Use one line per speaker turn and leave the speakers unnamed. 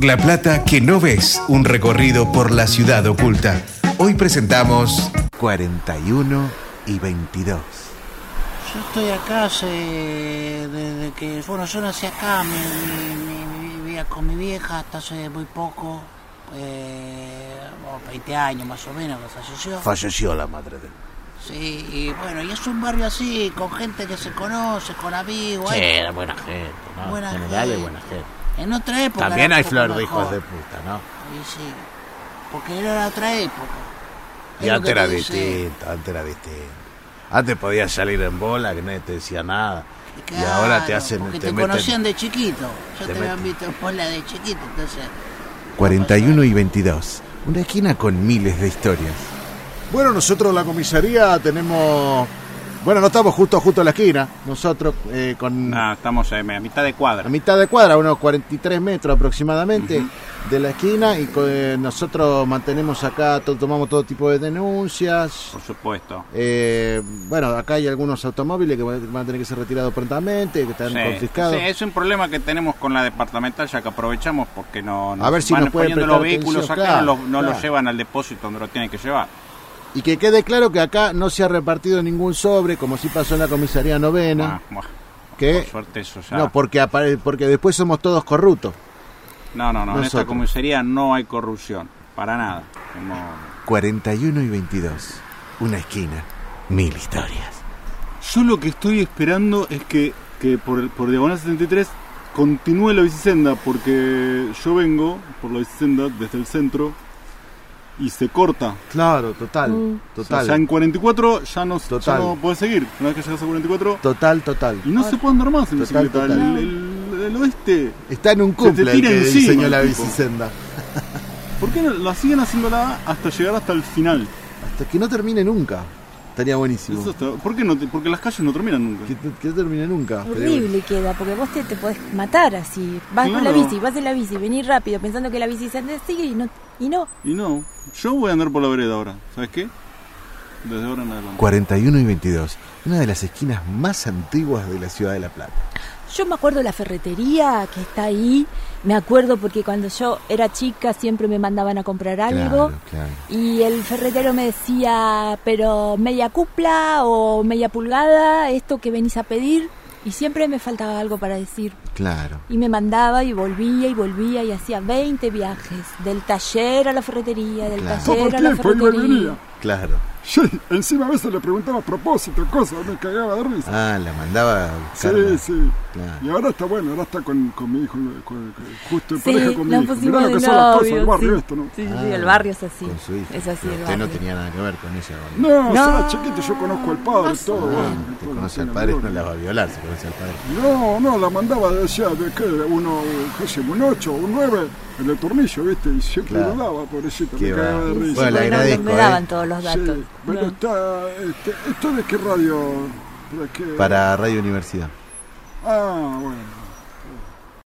La plata que no ves, un recorrido por la ciudad oculta. Hoy presentamos 41 y 22.
Yo estoy acá hace, desde que, bueno, yo nací acá, mi- mi- mi- vivía con mi vieja hasta hace muy poco, eh, bueno, 20 años más o menos que falleció.
Falleció la madre de él.
Sí, y bueno, y es un barrio así, con gente que se conoce, con amigos.
Sí,
hay-
era buena gente, ¿no?
Buena
en general es
gente.
buena gente.
En otra época.
También
era
hay
un
flor
poco
de hijos de
mejor.
puta, ¿no?
Y sí, porque era otra época. Es
Y
lo
antes
que
era
te dice-
distinto, antes era distinto. Antes podías salir en bola, que nadie te decía nada. y
Claro,
ahora te hacen...
Porque te,
meten-
conocían de chiquito. Yo
te
te, habían
meten-
visto en bola de chiquito, entonces.
41 y 22. Una esquina con miles de historias.
Bueno, nosotros la comisaría tenemos. Bueno, no estamos justo justo a la esquina. Nosotros eh, con
Ah, estamos eh, a mitad de
a
cuadra.
mitad de cuadra, unos 43 metros aproximadamente de la esquina y co- eh, nosotros mantenemos acá, to- tomamos todo tipo de denuncias.
Por supuesto.
Eh, bueno, acá hay algunos automóviles que van van a tener que ser retirados prontamente, que están
Sí,
confiscados.
sí, es un problema que tenemos con la departamental ya que aprovechamos porque no,
A ver si
van
nos pueden
poniendo los
prestar
vehículos
atención,
acá, no,
claro,
los, no los
claro.
llevan al depósito donde lo tienen que llevar.
Y que quede claro que acá no se ha repartido ningún sobre, como sí pasó en la comisaría novena.
Ah, bueno,
que
por suerte eso ya.
Eh, no, porque, apare- porque después somos todos corruptos.
no, no, no, en esta
nosotros.
comisaría no hay corrupción, para nada. Como
41 y 22. Una esquina, mil historias.
Yo lo que estoy esperando es que, que por, por Diagonal 73 continúe la bicisenda, porque yo vengo por la bicisenda desde el centro y se corta.
Claro, total,
O sea,
total,
ya en 44 ya no, ya
Total.
no podés seguir. Una vez que llegas a 44
total, total.
y no se puede andar más en
Total,
bicicleta. El-
total.
El, el oeste,
Está en un
te
cumple el
tira
que
encima,
diseñó la
el tipo.
bicisenda.
¿por qué no la siguen haciendo la A hasta llegar hasta el final?
Hasta que no termine nunca. Estaría buenísimo.
Eso está- ¿por qué no te- porque las calles no terminan nunca.
Que, que no termine nunca.
Horrible queda, porque vos te, te podés matar así. Vas con la
Claro.
bici, vas en la bici, venís rápido pensando que la bici se ande- sigue y no. Y no.
Y no, yo voy a andar por la vereda ahora. ¿Sabes qué? Desde ahora en adelante.
41 y 22. Una de las esquinas más antiguas de la ciudad de La Plata.
Yo me acuerdo la ferretería que está ahí. Me acuerdo porque cuando yo era chica siempre me mandaban a comprar algo.
Claro, claro.
Y el ferretero me decía, pero media cupla o media pulgada, esto que venís a pedir. Y siempre me faltaba algo para decir.
Claro.
Y me mandaba y volvía y volvía y hacía 20 viajes. Del taller a la ferretería, del
Claro.
taller a la ferretería.
Claro.
Yo encima a veces le preguntaba a propósito cosas, me cagaba de risa.
Ah, la mandaba a
sí,
buscarla.
sí.
Claro.
Y ahora está bueno, ahora está con, con mi hijo, con- con- justo en
Sí,
pareja con mi
nos
hijo.
pusimos
Mirá lo
de
que son las cosas del
novios,
barrio
sí.
esto, ¿no?
Sí, sí,
Ah,
sí, el barrio es así.
Con su hijo.
Es así
Pero
el
usted
barrio.
no tenía nada que ver con ella. ¿no?
No,
No.
estaba chiquito, yo conozco al padre y todo.
Ah,
bueno,
te
todo,
conoce al
tiene
padre, no
memoria.
la va a violar, se conoce al padre.
No, no, la mandaba, decía, de que uno, qué sé, un 8, un 9, en el tornillo, ¿viste? Y siempre
Claro.
lo daba, pobrecito,
Qué
me cagaba de
bárbaro.
risa.
Bueno, le
no, no
agradezco,
me
¿eh?
daban todos los
Sí,
datos.
bueno,
No.
está, este, ¿esto de qué radio? ¿Para qué?
Para Radio Universidad.
Ah, bueno.